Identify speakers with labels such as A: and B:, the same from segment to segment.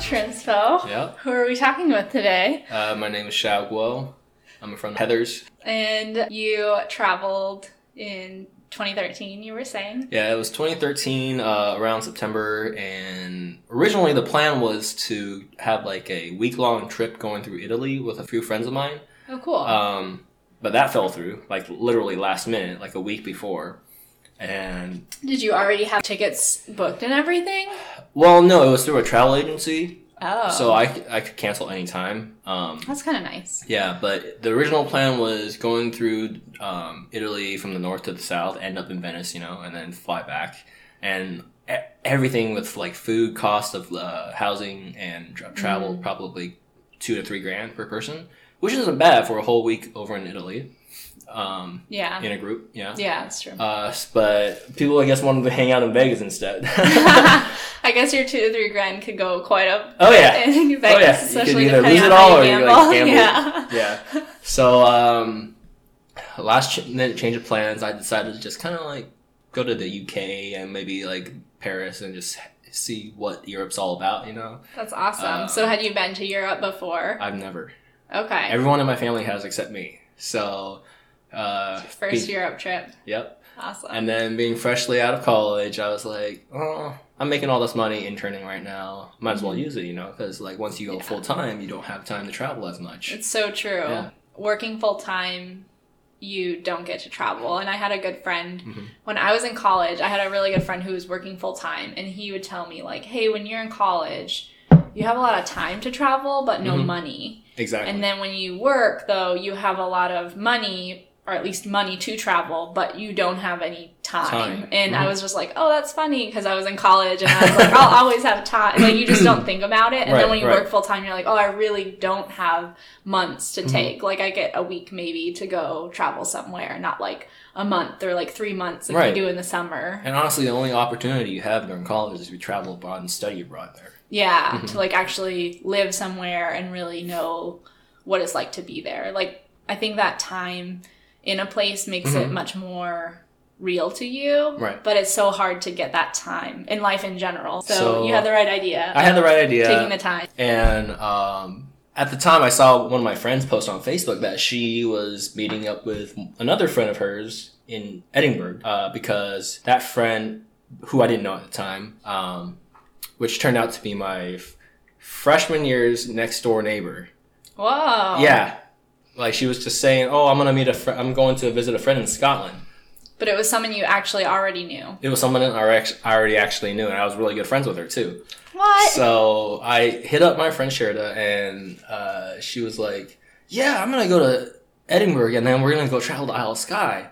A: So,
B: Yeah.
A: who are we talking with today?
B: Uh, my name is Xiao Guo. I'm from Heather's.
A: And you traveled in 2013, you were saying?
B: Yeah, it was 2013, uh, around September, and originally the plan was to have like a week long trip going through Italy with a few friends of mine.
A: Oh, cool.
B: Um, but that fell through, like literally last minute, like a week before. And
A: Did you already have tickets booked and everything?
B: well, no, it was through a travel agency,
A: Oh.
B: so I, c- I could cancel anytime. Um,
A: That's kind of nice.
B: Yeah, but the original plan was going through um, Italy from the north to the south, end up in Venice, you know, and then fly back. And e- everything with like food, cost of uh, housing, and tra- travel probably two to three grand per person, which isn't bad for a whole week over in Italy um,
A: Yeah.
B: in a group. Yeah.
A: Yeah, that's true.
B: Uh, but people, I guess, wanted to hang out in Vegas instead. oh
A: I guess your two to three grand could go quite up. in
B: yeah. Oh, yeah.
A: Vegas,
B: You could
A: especially
B: either
A: depending
B: lose
A: on
B: it
A: how
B: all
A: you
B: or you,
A: gamble.
B: like, gamble.
A: Yeah.
B: yeah. So um, last ch- minute change of plans, I decided to just kind of like go to the UK and maybe like Paris and just see what Europe's all about. You know,
A: That's awesome.
B: Uh,
A: so, had you been to Europe before?
B: I've never.
A: Okay.
B: Everyone in my family has except me. So. Uh,
A: First
B: be-
A: Europe trip.
B: Yep.
A: Awesome.
B: And then being freshly out of college, I was like, oh, I'm making all this money interning right now. Might as well use it, you know, because like once you go
A: Mm-hmm. Yeah.
B: full time, you don't have time to travel as much.
A: It's so true.
B: Yeah.
A: Working full time, you don't get to travel. And I had a good friend
B: Mhm.
A: when I was in college. I had a really good friend who was working full time, and he would tell me like, "Hey, when you're in college, you have a lot of time to travel, but no
B: Mhm.
A: money.
B: exactly.
A: And then when you work, though, you have a lot of money." Or at least money to travel, but you don't have any time.
B: Time.
A: And I
B: Mhm.
A: was just like, oh, that's funny because I was in college and I was like, I'll always have time. Like, you just don't think about it. And
B: Right,
A: then when you
B: right.
A: work full time, you're like, oh, I really don't have months
B: Mm-hmm.
A: to take. Like I get a week maybe to go travel somewhere, not like a month or like three months if
B: Right.
A: you do in the summer.
B: And honestly, the only opportunity you have during college is to travel abroad and study abroad there.
A: Yeah,
B: Mm-hmm.
A: to like actually live somewhere and really know what it's like to be there. Like I think that time in a place makes it
B: Mhm.
A: much more real to you.
B: Right.
A: But it's so hard to get that time in life in general. So,
B: So,
A: you had the right idea.
B: I uh, had the right idea.
A: Taking the time.
B: and um, at the time, I saw one of my friends post on Facebook that she was meeting up with another friend of hers in Edinburgh uh, because that friend, who I didn't know at the time, um, which turned out to be my f- freshman year's next door neighbor.
A: Whoa.
B: Yeah. Like she was just saying, "Oh, I'm gonna meet a. Fr- I'm going to visit a friend in Scotland."
A: But it was someone you actually already knew.
B: It was someone that I act- I already actually knew, and I was really good friends with her too.
A: What?
B: So I hit up my friend Sherida, and uh, she was like, "Yeah, I'm gonna go to Edinburgh, and then we're gonna go travel to Isle of Skye."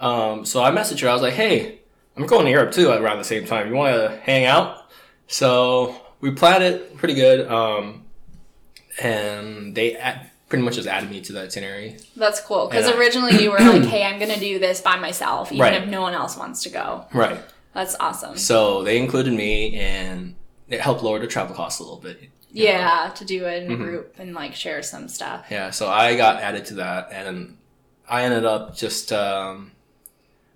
B: Um, so I messaged her. I was like, "Hey, I'm going to Europe too around the same time. You want to hang out?" So we planned it pretty good, um, and they a pretty much just added me to the itinerary.
A: That's cool. Because
B: Yeah.
A: originally you were like, hey, I'm going to do this by myself, even
B: Right.
A: if no one else wants to go.
B: Right.
A: That's awesome.
B: So they included me, and it helped lower the travel costs a little bit.
A: yeah, to do it in
B: Mm-hmm.
A: a group and like share some stuff.
B: Yeah, so I got added to that, and I ended up just um,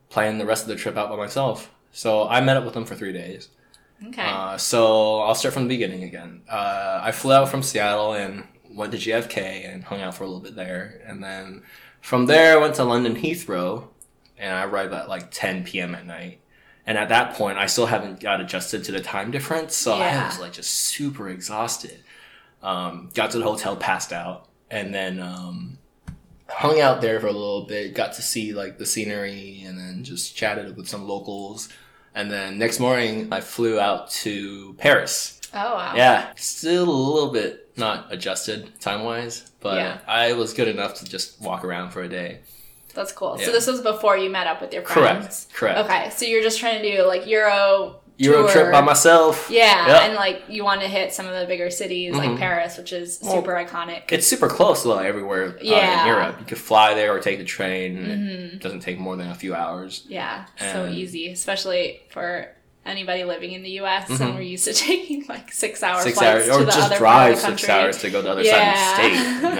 B: planning the rest of the trip out by myself. So I met up with them for three days.
A: Okay.
B: Uh, so I'll start from the beginning again. Uh, I flew out from Seattle and went to JFK and hung out for a little bit there, and then from there I went to London Heathrow, and I arrived at like 10 p.m. at night. And at that point, I still haven't got adjusted to the time difference, so I
A: Yeah.
B: was like just super exhausted. Um, got to the hotel, passed out, and then um, hung out there for a little bit. Got to see like the scenery, and then just chatted with some locals. And then next morning, I flew out to Paris.
A: oh, wow.
B: Yeah, still a little bit not adjusted time wise, but
A: Yeah.
B: I was good enough to just walk around for a day.
A: That's cool. So
B: Yeah.
A: this was before you met up with your
B: Correct,
A: friends.
B: correct.
A: Okay. So you're just trying to do like Euro
B: Euro
A: tour.
B: trip by myself.
A: Yeah,
B: Yep.
A: and like you want to hit some of the bigger cities like
B: Mhm.
A: Paris, which is
B: Well,
A: super iconic.
B: It's super close though everywhere uh,
A: Yeah.
B: in Europe. You could fly there or take the train.
A: Mhm.
B: It doesn't take more than a few hours.
A: Yeah, so
B: And-
A: easy, especially for anybody living in the U.S. and
B: Mhm.
A: we're used to taking like six-hour
B: Six
A: flights
B: hours, or
A: to the
B: just
A: other part
B: drive
A: of the
B: six
A: country.
B: hours to go to the other side of the state. You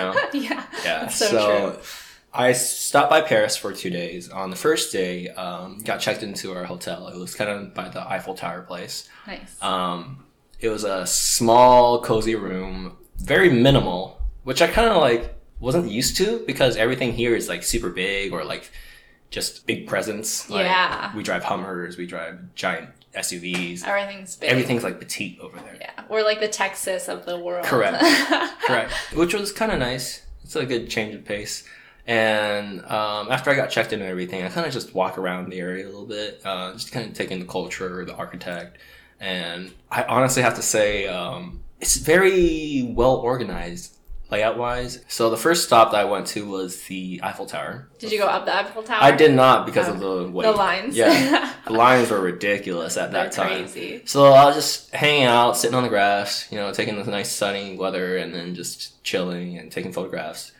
B: know?
A: yeah,
B: Yeah.
A: That's so, true.
B: I stopped by Paris for two days. On the first day, um, got checked into our hotel. It was kind of by the Eiffel Tower place.
A: Nice.
B: Um, It was a small, cozy room, very minimal, which I kind of like wasn't used to because everything here is like super big or like just big presence. Like,
A: Yeah.
B: We drive Hummers, we drive giant SUVs.
A: Everything's big.
B: Everything's like petite over there.
A: Yeah. We're like the Texas of the world.
B: Correct. Correct. Which was kind of nice. It's a good change of pace. And um, after I got checked in and everything, I kind of just walk around the area a little bit, uh, just kind of take in the culture, the architect. And I honestly have to say, um, it's very well organized layout wise. So the first stop that I went to was the Eiffel Tower.
A: Did you go up the Eiffel Tower?
B: I did not because of the weight.
A: Uh, The lines.
B: Yeah. The lines were ridiculous at
A: They're
B: that time.
A: crazy.
B: So I was just hanging out, sitting on the grass, you know, taking this nice sunny weather and then just chilling and taking photographs.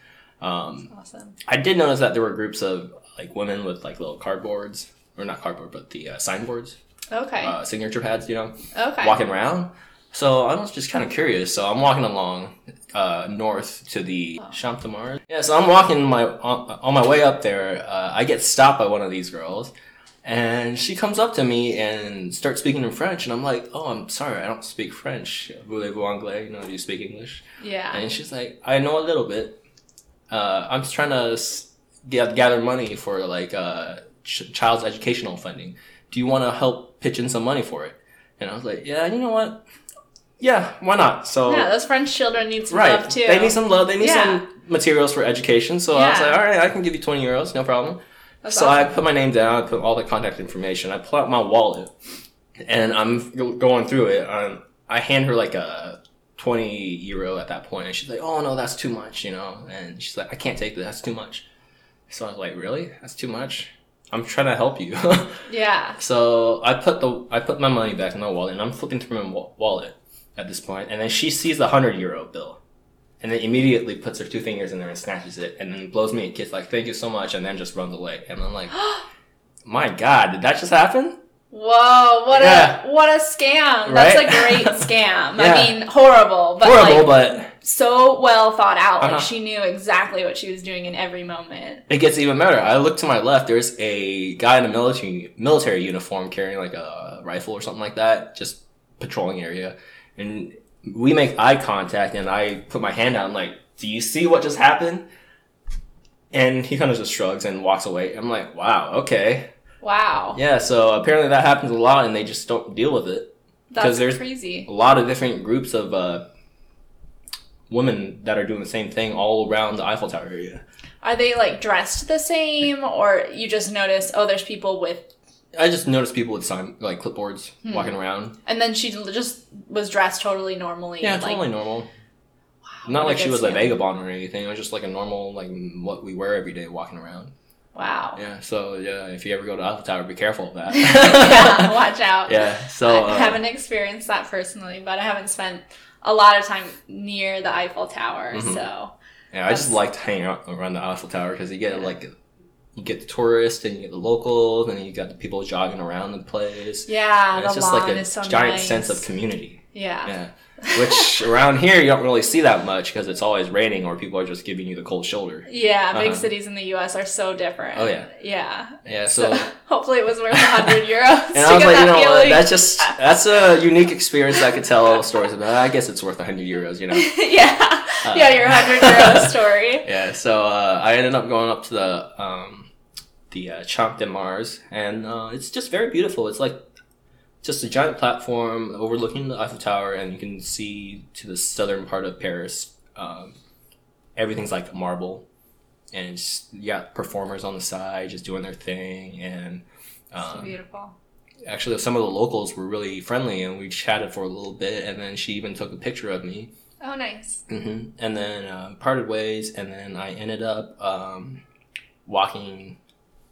B: Um,
A: Awesome.
B: I did notice that there were groups of like women with like little cardboards, or not cardboard, but the uh, signboards,
A: Okay.
B: uh, signature pads, you know,
A: okay.
B: walking around. So I was just kind of curious. So I'm walking along uh, north to the Champ de Mars. Yeah, so I'm walking my on, on my way up there. Uh, I get stopped by one of these girls, and she comes up to me and starts speaking in French. And I'm like, "Oh, I'm sorry, I don't speak French. Voulez-vous anglais? You know, do you speak English?"
A: Yeah.
B: And she's like, "I know a little bit. Uh, I'm just trying to s- get, gather money for like uh, ch- child's educational funding. Do you want to help pitch in some money for it?" And I was like, "Yeah, you know what? Yeah, why not?" So
A: yeah, those French children need some
B: right,
A: love too.
B: they need some love. They need
A: Yeah.
B: some materials for education. So I was
A: Yeah.
B: like, "All right, I can give you twenty euros, no problem."
A: That's
B: so
A: awesome.
B: I put my name down, I put all the contact information, I pull out my wallet, and I'm go- going through it. Um, I hand her like a 20 euro at that point, and she's like, oh no, that's too much, you know? And she's like, I can't take that, that's too much. So I was like, really? That's too much? I'm trying to help you.
A: yeah.
B: so I put the I put my money back in my wallet, and I'm flipping through my wa- wallet at this point, and then she sees the 100 euro bill. And then immediately puts her two fingers in there and snatches it, and then blows me a kiss like "thank you so much," and then just runs away. And I'm like, my God, did that just happen?
A: Whoa, what
B: Yeah.
A: a what a scam. That's
B: Right?
A: a great scam.
B: Yeah.
A: I mean, horrible, but
B: Horrible,
A: like
B: but
A: so well thought out.
B: Uh-huh.
A: Like she knew exactly what she was doing in every moment.
B: it gets even better. I look to my left. There's a guy in a military military uniform carrying like a rifle or something like that, just patrolling area. And we make eye contact, and I put my hand out. I'm like, "Do you see what just happened?" And he kind of just shrugs and walks away. I'm like, "Wow, okay,
A: Wow.
B: yeah." So apparently that happens a lot, and they just don't deal with it.
A: That's
B: there's-
A: crazy.
B: a lot of different groups of uh, women that are doing the same thing all around the Eiffel Tower area.
A: Are they like dressed the same or you just notice oh there's people with
B: I just noticed people with sign like clipboards walking around.
A: and then she l- just was dressed totally normally.
B: Yeah,
A: and, like,
B: totally normal.
A: what
B: Not
A: a
B: like she
A: good
B: was a
A: scam.
B: vagabond or anything. It was just like a normal like what we wear every day walking around.
A: Wow. Yeah.
B: Yeah. So yeah, if you ever go to Eiffel Tower, be careful of that.
A: watch out.
B: yeah. So
A: I
B: uh,
A: haven't experienced that personally, but I haven't spent a lot of time near the Eiffel Tower,
B: Mhm.
A: so
B: yeah, I
A: that's-
B: just like to hang out around the Eiffel Tower because you get
A: Yeah.
B: like you get the tourists and you get the locals and you got the people jogging around the place.
A: yeah,
B: And
A: the
B: it's just
A: lawn
B: like a
A: is so
B: giant
A: nice.
B: sense of community.
A: yeah.
B: Yeah. Which around here you don't really see that much because it's always raining or people are just giving you the cold shoulder.
A: Yeah, big
B: Uh-huh.
A: cities in the U.S. are so different.
B: Oh, yeah.
A: yeah.
B: Yeah,
A: So,
B: so
A: hopefully it was worth 100 euros.
B: and
A: to
B: I
A: get
B: was like, you
A: that
B: know what?
A: feeling.
B: That's just that's a unique experience that I could tell stories about. I guess it's worth 100 euros, you know.
A: yeah,
B: Uh.
A: yeah, your 100 euro story.
B: Yeah, so uh, I ended up going up to the um, the uh, Champ de Mars, and uh, it's just very beautiful. It's like just a giant platform overlooking the Eiffel Tower, and you can see to the southern part of Paris. Um, everything's like marble, and it's, you got performers on the side just doing their thing, and
A: It's
B: um,
A: beautiful.
B: actually some of the locals were really friendly and we chatted for a little bit and then she even took a picture of me
A: Oh, nice.
B: hmm and then uh, parted ways and then i ended up um, walking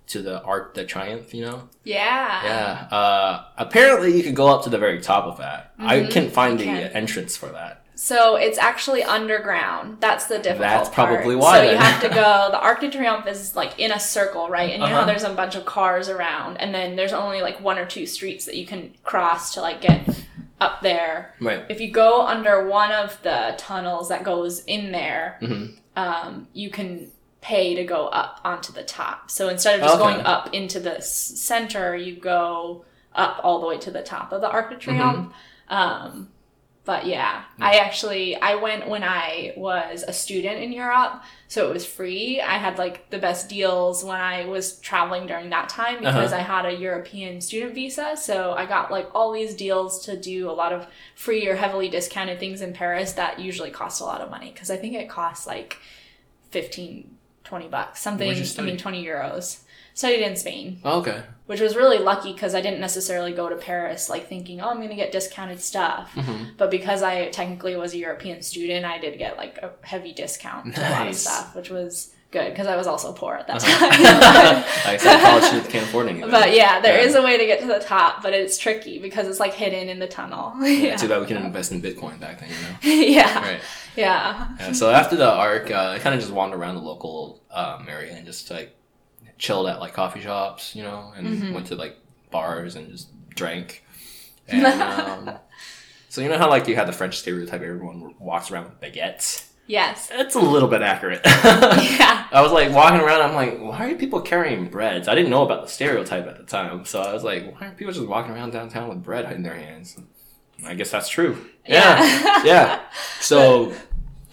B: to the arc de triomphe you know
A: Yeah.
B: yeah uh, apparently you could go up to the very top of that i
A: Mhm,
B: couldn't find
A: you
B: the
A: can.
B: entrance for that
A: So it's actually underground. That's the difficult
B: That's
A: part.
B: probably why
A: So you
B: then.
A: have to go. The Arc de Triomphe is like in a circle, right? And you know
B: Uh-huh.
A: how there's a bunch of cars around, and then there's only like one or two streets that you can cross to like get up there.
B: right
A: If you go under one of the tunnels that goes in there,
B: hmm
A: um, you can pay to go up onto the top. So instead of just
B: Okay.
A: going up into the s- center, you go up all the way to the top of the Arc de Triomphe. Um, But yeah, I actually I went when I was a student in Europe, so it was free. I had like the best deals when I was traveling during that time because I had a European student visa, so I got like all these deals to do a lot of free or heavily discounted things in Paris that usually cost a lot of money because I think it costs like 15 20 bucks, something
B: you
A: I mean
B: study?
A: 20 euros. Studied in Spain
B: Oh, okay.
A: which was really lucky because I didn't necessarily go to Paris like thinking, oh, I'm going to get discounted stuff.
B: Mhm.
A: But because I technically was a European student, I did get like a heavy discount to a lot of
B: Nice.
A: stuff, which was good because I was also poor at that time.
B: I said college students can't afford anything.
A: but yeah, there
B: Uh-huh. Yeah.
A: is a way to get to the top, but it's tricky because it's like hidden in the tunnel.
B: Yeah, Ah.
A: yeah.
B: Too bad we couldn't invest in Bitcoin back then, you know?
A: yeah.
B: Right.
A: Yeah.
B: Yeah, so after the arc, uh, I kind of just wandered around the local um, area and just like chilled at like coffee shops, you know, and
A: Mhm.
B: went to like bars and just drank. And, um, so you know how like you had the French stereotype everyone walks around with baguettes.
A: Yes.
B: That's a little bit accurate.
A: Yeah.
B: I was like walking around. I'm like, why are people carrying breads? I didn't know about the stereotype at the time, so I was like, why are people just walking around downtown with bread in their hands? I guess that's true.
A: Yeah.
B: yeah. So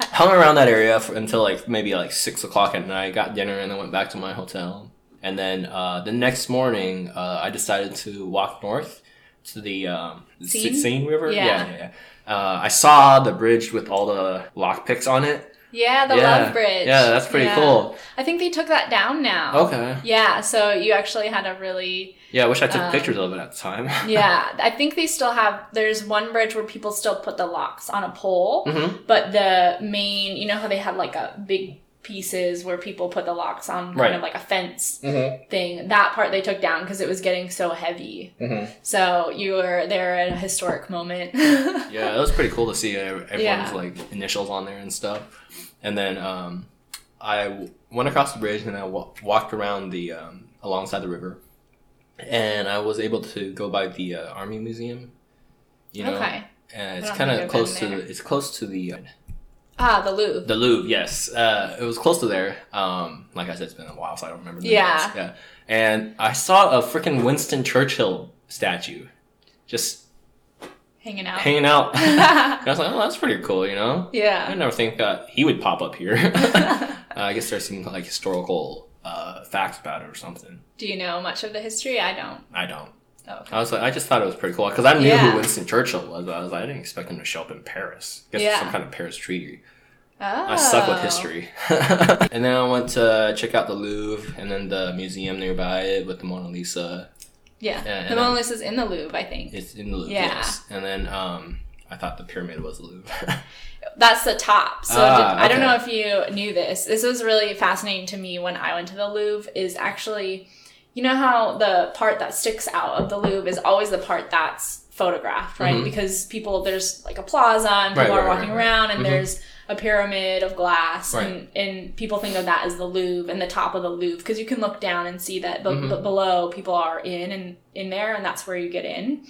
B: hung around that area for, until like maybe like six o'clock at night. Got dinner and then went back to my hotel. And then uh, the next morning, uh, I decided to walk north to the um,
A: Seine?
B: Seine River.
A: Yeah.
B: yeah, yeah. yeah. Uh, I saw the bridge with all the lockpicks on it.
A: Yeah, the
B: yeah.
A: love bridge.
B: Yeah, that's pretty
A: Yeah.
B: cool.
A: I think they took that down now.
B: Okay.
A: Yeah, so you actually had a really
B: Yeah, I wish I took
A: Um,
B: pictures of it at the time.
A: yeah, I think they still have. There's one bridge where people still put the locks on a pole,
B: Mhm.
A: but the main, you know how they had like a big pieces where people put the locks on kind
B: Right.
A: of like a fence
B: Mm-hmm.
A: thing. That part they took down because it was getting so heavy.
B: Mm-hmm.
A: So you were there at a historic moment.
B: Yeah, it was pretty cool to see ev- everyone's
A: Yeah.
B: like initials on there and stuff. And then um, I w- went across the bridge and I wa- walked around the um, alongside the river, and I was able to go by the uh, army museum. You know,
A: okay.
B: and
A: I
B: it's
A: don't
B: kind
A: think
B: of
A: I've
B: close to
A: been
B: the,
A: there.
B: it's close to the uh,
A: Ah, the Louvre.
B: The Louvre, yes. Uh, it was close to there. Um, like I said, it's been a while, so I don't remember. The
A: Yeah.
B: names. yeah. And I saw a freaking Winston Churchill statue, just
A: Hanging out.
B: hanging out. and I was like, oh, that's pretty cool, you know. I
A: yeah.
B: never think that he would pop up here. uh, I guess there's some like historical uh, facts about it or something.
A: Do you know much of the history? I don't.
B: I don't.
A: Oh, okay.
B: I was like, I just thought it was pretty cool because I knew
A: Yeah.
B: who Winston Churchill was. But I was like, I didn't expect him to show up in Paris. I guess
A: Yeah.
B: it's some kind of Paris treaty.
A: Oh.
B: I suck with history. and then I went to check out the Louvre and then the museum nearby it with the Mona Lisa.
A: Yeah.
B: Yeah, and
A: the
B: then-
A: Mona Lisa's in the Louvre, I think.
B: It's in the Louvre,
A: Yeah.
B: yes. And then um, I thought the pyramid was the Louvre.
A: That's the top. So
B: Ah,
A: did- I don't
B: okay.
A: know if you knew this. This was really fascinating to me when I went to the Louvre. Is actually, you know how the part that sticks out of the Louvre is always the part that's photographed, right?
B: Mhm.
A: Because people there's like a plaza and
B: Right,
A: people
B: right,
A: are
B: right,
A: walking
B: right.
A: around and
B: Mhm.
A: there's a pyramid of glass
B: Right.
A: and, and people think of that as the Louvre and the top of the Louvre because you can look down and see that be-
B: Mhm.
A: be- below people are in and in there and that's where you get in.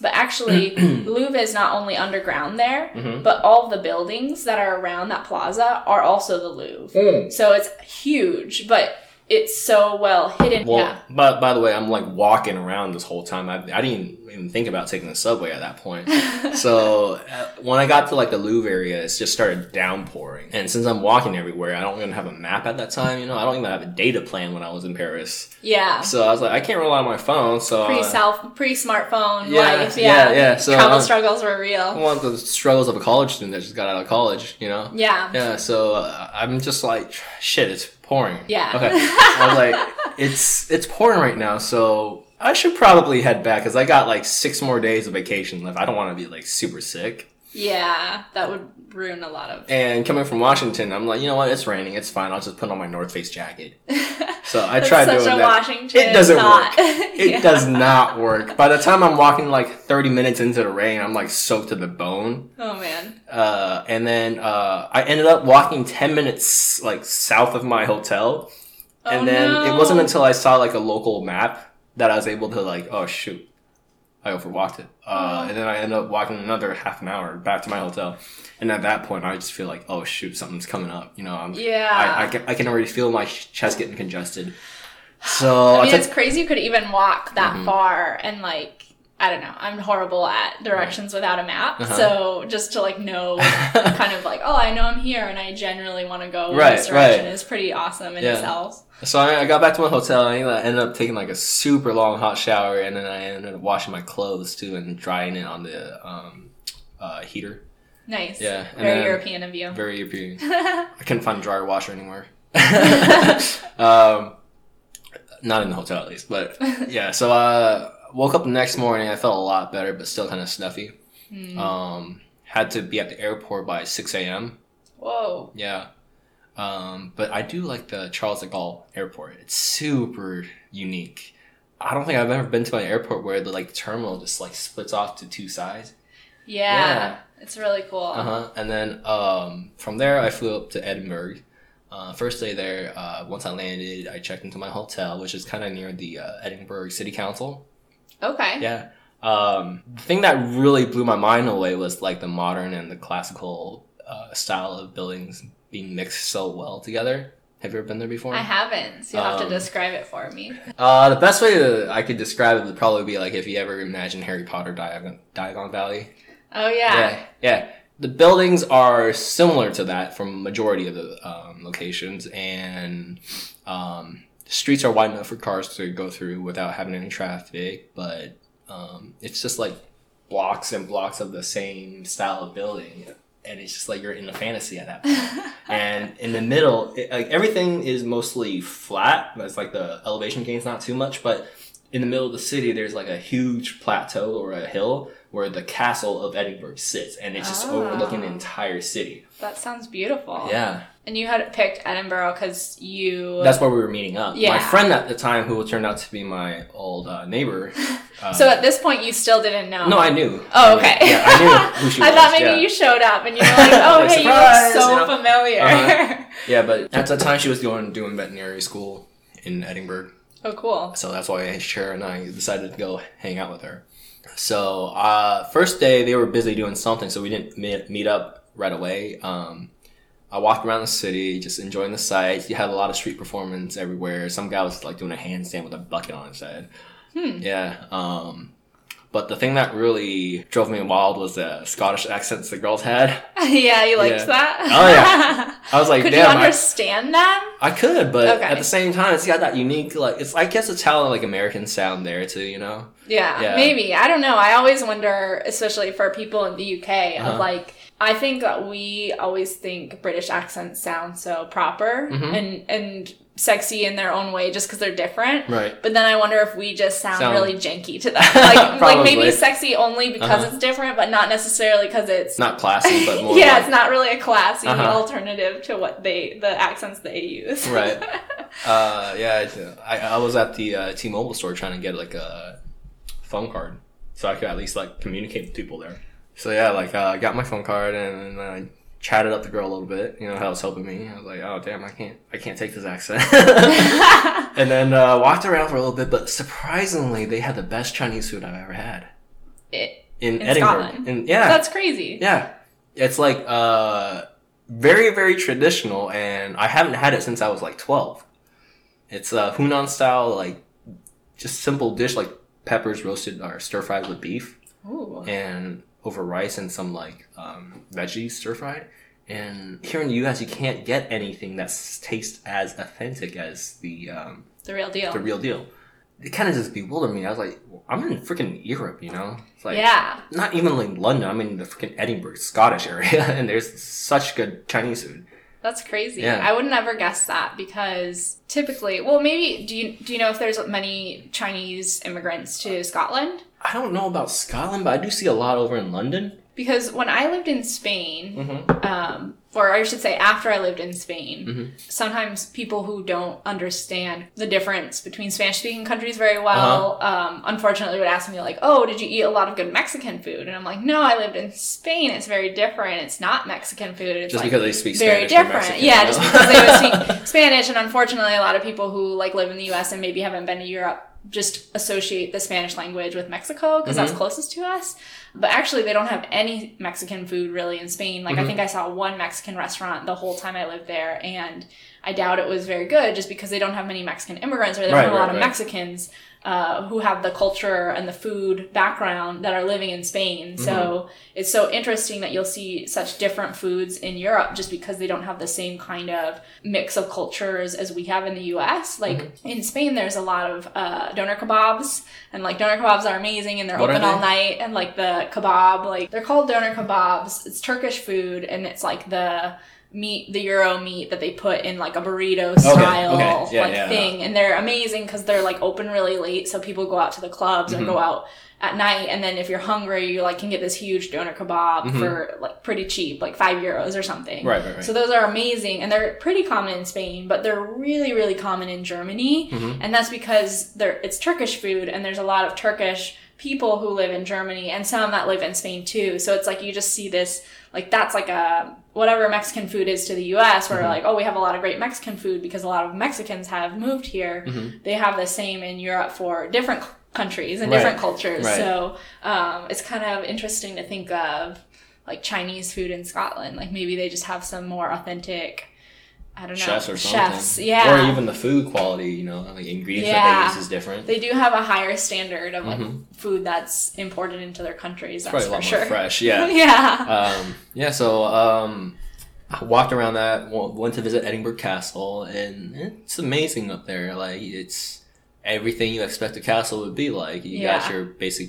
A: But actually, the Louvre is not only underground there,
B: Mhm.
A: but all the buildings that are around that plaza are also the Louvre. So it's huge, but it's so well hidden.
B: Well,
A: yeah.
B: but by the way, I'm like walking around this whole time. I, I didn't even think about taking the subway at that point. so uh, when I got to like the Louvre area, it's just started downpouring. And since I'm walking everywhere, I don't even have a map at that time. You know, I don't even have a data plan when I was in Paris.
A: Yeah.
B: So I was like, I can't rely on my phone. So
A: Pre
B: I-
A: self, pre smartphone
B: Yeah,
A: life.
B: yeah,
A: Yeah.
B: yeah. So,
A: Travel
B: um,
A: struggles were real.
B: one of the struggles of a college student that just got out of college, you know?
A: Yeah.
B: Yeah, so uh, I'm just like, shit, it's pouring.
A: Yeah.
B: Okay. I was like, it's it's pouring right now, so I should probably head back because I got like six more days of vacation left. I don't want to be like super sick.
A: Yeah. That would ruin a lot of.
B: And coming from Washington, I'm like, you know what? It's raining. It's fine. I'll just put on my North Face jacket. So I
A: That's
B: tried
A: such
B: doing
A: a
B: that.
A: Washington
B: It doesn't
A: thought.
B: It
A: Yeah.
B: does not work. By the time I'm walking like 30 minutes into the rain, I'm like soaked to the bone.
A: Oh, man.
B: uh, and then uh, I ended up walking ten minutes like south of my hotel,
A: Oh,
B: and then
A: no.
B: it wasn't until I saw like a local map that I was able to like, oh shoot, I overwalked it, uh,
A: Oh.
B: and then I ended up walking another half an hour back to my hotel, and at that point I just feel like, oh shoot, something's coming up, you know, I'm, I, I,
A: Yeah.
B: can, I can already feel my ch- chest getting congested, so I,
A: I mean,
B: took
A: it's crazy you could even walk that
B: Mhm.
A: far and, like, I don't know. I'm horrible at directions without a map.
B: Uh-huh.
A: So just to like know kind of like, oh, I know I'm here and I generally want to go in
B: Right,
A: this direction
B: right.
A: is pretty awesome in
B: Yeah.
A: itself.
B: So I, I got back to my hotel and I ended up taking like a super long hot shower and then I ended up washing my clothes too and drying it on the um, uh, heater.
A: Nice.
B: Yeah, and
A: Very
B: then-
A: European of you.
B: Very appealing. I couldn't find a dryer washer anywhere. um, not in the hotel at least, but yeah. So I woke up the next morning. I felt a lot better, but still kind of snuffy.
A: Hmm.
B: Um, had to be at the airport by six a.m.
A: Whoa.
B: Yeah. Um, but I do like the Charles de Gaulle Airport. It's super unique. I don't think I've ever been to an airport where the like terminal just like splits off to two sides.
A: Yeah.
B: Yeah.
A: It's really cool.
B: Uh huh. And then um, from there, I flew up to Edinburgh. Uh, first day there, uh, once I landed, I checked into my hotel, which is kind of near the uh, Edinburgh City Council.
A: Okay.
B: Yeah. Um, the thing that really blew my mind away was like the modern and the classical uh, style of buildings being mixed so well together. Have you ever been there before?
A: I haven't, so you'll have to
B: Um,
A: describe it for me.
B: Uh, the best way that I could describe it would probably be like if you ever imagine Harry Potter Diagon, Diagon Valley.
A: Oh yeah.
B: yeah, yeah. The buildings are similar to that from majority of the um, locations, and um, streets are wide enough for cars to go through without having any traffic. But um, it's just like blocks and blocks of the same style of building, and it's just like you're in a fantasy at that point and in the middle, it, like everything is mostly flat. That's like the elevation gain's not too much, but in the middle of the city, there's like a huge plateau or a hill where the castle of Edinburgh sits, and it's just
A: Oh.
B: overlooking the entire city.
A: that sounds beautiful.
B: Yeah,
A: And you had picked Edinburgh because you.
B: that's where we were meeting up. My
A: Yeah.
B: friend at the time, who turned out to be my old uh, neighbor. Uh,
A: so at this point, you still didn't know.
B: no, I knew.
A: Oh, okay.
B: Yeah, I knew who she
A: I
B: was.
A: thought maybe
B: yeah.
A: you showed up and you were like, oh,
B: Like,
A: hey, you
B: surprise,
A: look so
B: you know?
A: familiar.
B: Uh-huh. Yeah, but at the time she was going doing veterinary school in Edinburgh.
A: oh, cool.
B: So that's why Cher and I decided to go hang out with her. So uh, first day they were busy doing something, so we didn't meet, meet up right away. Um, I walked around the city, just enjoying the sights. You had a lot of street performance everywhere. Some guy was like doing a handstand with a bucket on his head.
A: Hmm.
B: Yeah. Um, but the thing that really drove me wild was the Scottish accents the girls had.
A: yeah, you liked
B: Yeah.
A: that?
B: I was like,
A: Could
B: damn,
A: you
B: I-
A: understand them?
B: I could, but
A: Okay.
B: at the same time, it's got that unique, like, it's, I guess it's how, like, American sound there, too, you know?
A: Yeah,
B: Yeah.
A: maybe. I don't know. I always wonder, especially for people in the UK,
B: Uh-huh.
A: of like, I think that we always think British accents sound so proper
B: Mhm.
A: and, and sexy in their own way just because they're different.
B: Right.
A: But then I wonder if we just sound,
B: Sound-
A: really janky to them. Like, like
B: Probably.
A: maybe sexy only because
B: Uh-huh.
A: it's different, but not necessarily because it's.
B: not classy, but more.
A: yeah,
B: like-
A: it's not really a classy
B: Uh-huh.
A: alternative to what they the accents they use.
B: Right. Uh, yeah, it's, uh, I, I was at the uh, T-Mobile store trying to get like a phone card, so I could at least like communicate with people there. So yeah, like uh, I got my phone card and, I chatted up the girl a little bit. You know, that was helping me. I was like, oh damn, I can't, I can't take this accent. and then uh, walked around for a little bit, but surprisingly, they had the best Chinese food I've ever had
A: It-
B: in,
A: In
B: Edinburgh.
A: Scotland?
B: In- yeah,
A: That's crazy.
B: yeah. It's like uh very, very traditional and I haven't had it since I was like twelve. It's a Hunan style, like just simple dish like peppers roasted or stir fried with beef
A: Ooh.
B: and over rice and some like um, veggies stir fried. And here in the US you can't get anything that s- tastes as authentic as the um,
A: The real deal.
B: the real deal. It kind of just bewildered me. I was like, I'm in freaking Europe, you know? It's like
A: yeah.
B: not even like London. I'm in the freaking Edinburgh, Scottish area, and there's such good Chinese food.
A: That's crazy.
B: Yeah.
A: I would never guess that because typically, well, maybe do you do you know if there's many Chinese immigrants to Scotland?
B: I don't know about Scotland, but I do see a lot over in London.
A: Because when I lived in Spain,
B: Mm-hmm.
A: um, or I should say, after I lived in Spain,
B: Mhm.
A: sometimes people who don't understand the difference between Spanish speaking countries very well,
B: Uh-huh.
A: um, unfortunately, would ask me, like, oh, did you eat a lot of good Mexican food? And I'm like, no, I lived in Spain. It's very different. It's not Mexican food. It's
B: Just
A: like,
B: because they speak
A: very
B: Spanish,
A: different.
B: they're Mexican,
A: yeah,
B: you
A: just
B: know?
A: because they would speak Spanish, and unfortunately, a lot of people who like live in the U.S. and maybe haven't been to Europe just associate the Spanish language with Mexico because that's
B: Mm-hmm.
A: closest to us. But actually, they don't have any Mexican food really in Spain. Like I
B: Mm-hmm.
A: think I saw one Mexican restaurant the whole time I lived there, and I doubt it was very good just because they don't have many Mexican immigrants or they don't
B: Right,
A: have a lot
B: right,
A: of
B: right.
A: Mexicans. uh, who have the culture and the food background that are living in Spain.
B: Mm-hmm.
A: So it's so interesting that you'll see such different foods in Europe just because they don't have the same kind of mix of cultures as we have in the US. Like
B: Mm-hmm.
A: in Spain, there's a lot of uh, doner kebabs, and like doner kebabs are amazing and they're
B: What are
A: open all
B: they?
A: night. And like the kebab, like they're called doner kebabs. It's Turkish food and it's like the meat the euro meat that they put in like a burrito style
B: okay. Yeah,
A: like
B: yeah.
A: thing and they're amazing because they're like open really late so people go out to the clubs or
B: Mm-hmm.
A: go out at night and then if you're hungry you like can get this huge doner kebab for like pretty cheap like five euros or something
B: Mm-hmm. Right, right, right.
A: so those are amazing and they're pretty common in spain but they're really really common in germany
B: Mm-hmm.
A: and that's because they're it's turkish food and there's a lot of turkish people who live in germany and some that live in spain too so it's like you just see this like that's like a whatever mexican food is to the us
B: Mm-hmm.
A: where like oh we have a lot of great mexican food because a lot of mexicans have moved here
B: Mm-hmm.
A: they have the same in europe for different c- countries and
B: Right.
A: different cultures
B: Right.
A: so um, it's kind of interesting to think of like chinese food in scotland like maybe they just have some more authentic i don't know
B: chefs or something.
A: chefs yeah
B: Or even the food quality, you know, like ingredients that
A: Yeah.
B: they use is different.
A: they do have a higher standard of like food that's imported into their countries that's
B: Mm-hmm. Probably a
A: for
B: lot
A: sure
B: more fresh. Yeah.
A: yeah
B: um, yeah. So um, I walked around that. wa- Went to visit Edinburgh Castle, and it's amazing up there. Like it's everything you expect a castle would be like. You got
A: Yeah.
B: your basic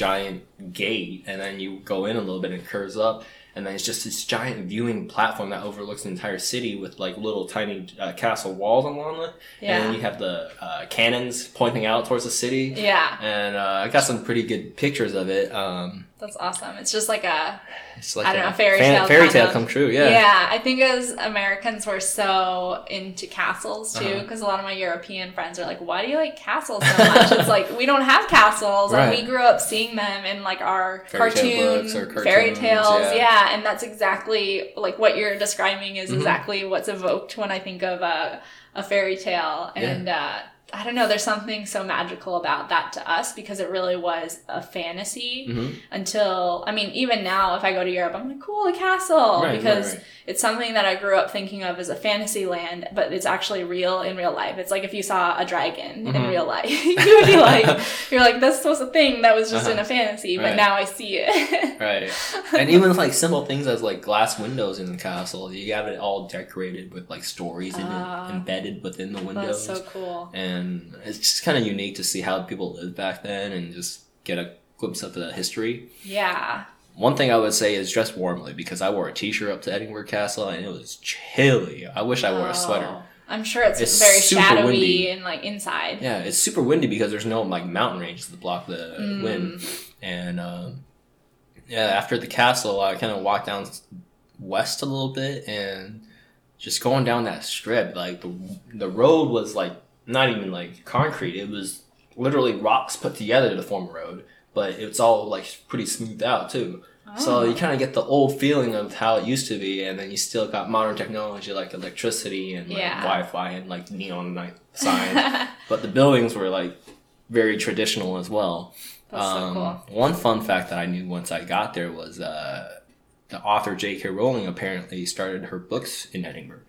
B: giant gate, and then you go in a little bit and it curves up. And then it's just this giant viewing platform that overlooks the entire city with like little tiny uh, castle walls along it. And
A: Yeah.
B: then you have the uh, cannons pointing out towards the city.
A: yeah
B: And uh, I got some pretty good pictures of it. Um,
A: that's awesome it's just like a
B: it's like
A: I don't
B: a
A: know, fairy
B: fan-
A: tale
B: fairy
A: kind
B: tale
A: of.
B: come true.
A: Yeah.
B: Yeah.
A: I think as Americans, we're so into castles too,
B: Uh-huh.
A: because a lot of my European friends are like, "Why do you like castles so much?" it's like we don't have castles, and
B: Right.
A: we grew up seeing them in like our
B: Fairy tale
A: cartoons,
B: books or
A: fairy
B: cartoons,
A: tales.
B: yeah. Mm-hmm.
A: Yeah. and that's exactly like what you're describing is exactly what's evoked when I think of a a fairy tale,
B: Yeah.
A: and uh, I don't know, there's something so magical about that to us because it really was a fantasy
B: Mhm.
A: until I mean, even now, if I go to Europe, I'm like, cool, a castle
B: Right, right,
A: because
B: right.
A: it's something that I grew up thinking of as a fantasy land, but it's actually real in real life. It's like if you saw a dragon in
B: Mhm.
A: real life, you would be like, you're like, this was a thing that was just in
B: Uh-huh.
A: a fantasy, but
B: Right.
A: now I see it.
B: Right. And even like simple things as like glass windows in the castle, you have it all decorated with like stories in
A: Ah.
B: it, embedded within the
A: That's
B: windows.
A: so cool.
B: and it's just kind of unique to see how people lived back then and just get a glimpse of the history.
A: Yeah.
B: One thing I would say is dress warmly because I wore a t-shirt up to Edinburgh Castle and it was chilly. I wish I wore
A: Oh.
B: a sweater.
A: I'm sure it's,
B: It's
A: very
B: super
A: shadowy
B: windy.
A: and like inside.
B: Yeah, it's super windy because there's no like mountain ranges to block the wind. And um, yeah, after the castle, I kind of walked down west a little bit and just going down that strip, like the the road was like not even like concrete. It was literally rocks put together to form a road, but it's all like pretty smoothed out too.
A: Oh.
B: So you kind of get the old feeling of how it used to be, and then you still got modern technology like electricity and like,
A: Yeah.
B: Wi-Fi and like neon light signs but the buildings were like very traditional as well. Um,
A: That's so cool.
B: One fun fact that I knew once I got there was uh, the author J.K. Rowling apparently started her books in Edinburgh.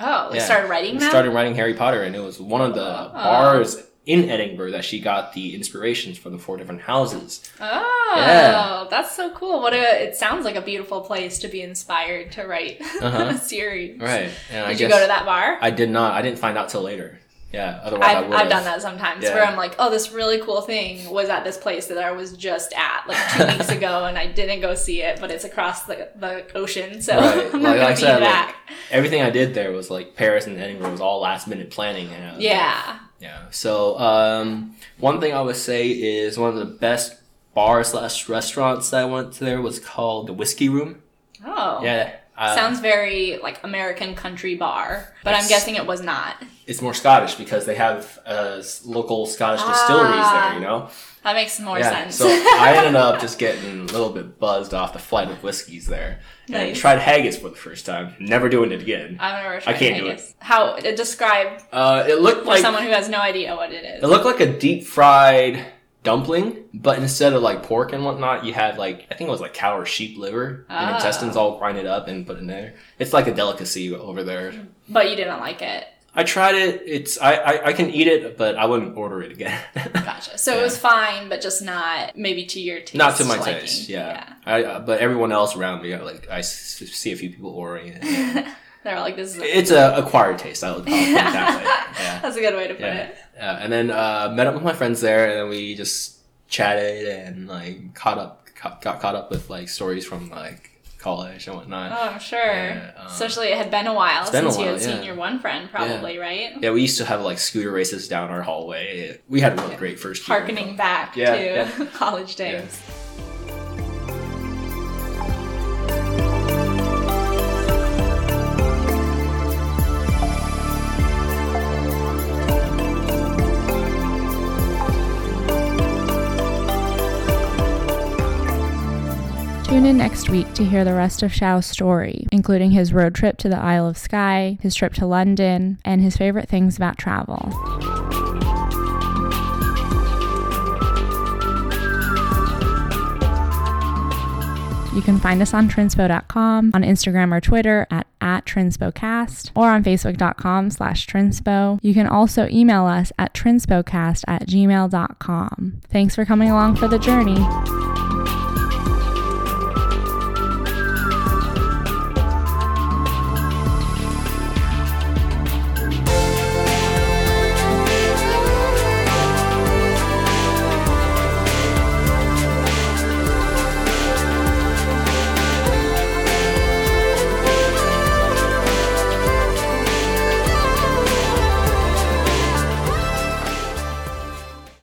A: Oh, we
B: Yeah.
A: started writing
B: She
A: that?
B: started writing Harry Potter, and it was one of the
A: Oh.
B: bars in Edinburgh that she got the inspirations for the four different houses.
A: Oh,
B: Yeah.
A: that's so cool. What a it sounds like a beautiful place to be inspired to write
B: Uh-huh.
A: a series.
B: Right. And I
A: Did
B: guess
A: you go to that bar?
B: I did not. I didn't find out till later. Yeah. Otherwise, I
A: I've,
B: would.
A: I've done that sometimes
B: Yeah.
A: where I'm like, oh, this really cool thing was at this place that I was just at like two weeks ago and I didn't go see it, but it's across the, the ocean, so
B: Right.
A: I'm
B: Like-
A: not
B: like I
A: going to
B: said,
A: be
B: like-
A: back.
B: Everything I did there was like Paris and Edinburgh was all last minute planning. And I was like,
A: yeah.
B: Yeah. So um, one thing I would say is one of the best bars slash restaurants that I went to there was called the Whiskey Room.
A: Oh.
B: Yeah. Uh,
A: Sounds very like American country bar, but I'm
B: It's-
A: guessing it was not.
B: it's more Scottish because they have uh, s- local Scottish
A: Ah.
B: distilleries there, you know?
A: That makes more
B: yeah.
A: sense.
B: So I ended up just getting a little bit buzzed off the flight of whiskeys there. And
A: Nice.
B: tried haggis for the first time. Never doing it again.
A: I've never tried
B: can't do it.
A: haggis. How describe
B: Uh, it looked
A: for
B: like
A: someone who has no idea what it is.
B: It looked like a deep fried dumpling, but instead of like pork and whatnot, you had like I think it was like cow or sheep liver and
A: Ah.
B: intestines all grinded up and put in there. It's like a delicacy over there.
A: But you didn't like it.
B: I tried it. It's I, I I can eat it, but I wouldn't order it again.
C: Gotcha. So it was fine, but just not maybe to your taste.
B: Not to my
C: liking.
B: taste. Yeah. I uh, but everyone else around me, I, like I s- see a few people ordering it.
C: Yeah. They're like, this is. A-
B: It's a acquired taste. I would probably put it that way. Yeah.
C: That's a good way to put
B: Yeah.
C: it.
B: Yeah, and then uh, met up with my friends there, and then we just chatted and like caught up, ca- got caught up with like stories from like college and whatnot.
C: Oh, I'm sure.
B: Yeah, um,
C: Especially it had been a while
B: it's been a
C: since you had
B: while,
C: seen
B: yeah.
C: your one friend, probably right.
B: Yeah, we used to have like scooter races down our hallway. We had one great first year.
C: Harkening back
B: Yeah,
C: to
B: yeah.
C: college days.
A: Tune in next week to hear the rest of Shao's story, including his road trip to the Isle of Skye, his trip to London, and his favorite things about travel. You can find us on Trinspo.com, on Instagram or Twitter at, at TrinspоCast, or on Facebook.com slash Trinspo. You can also email us at TrinspоCast at gmail.com. Thanks for coming along for the journey.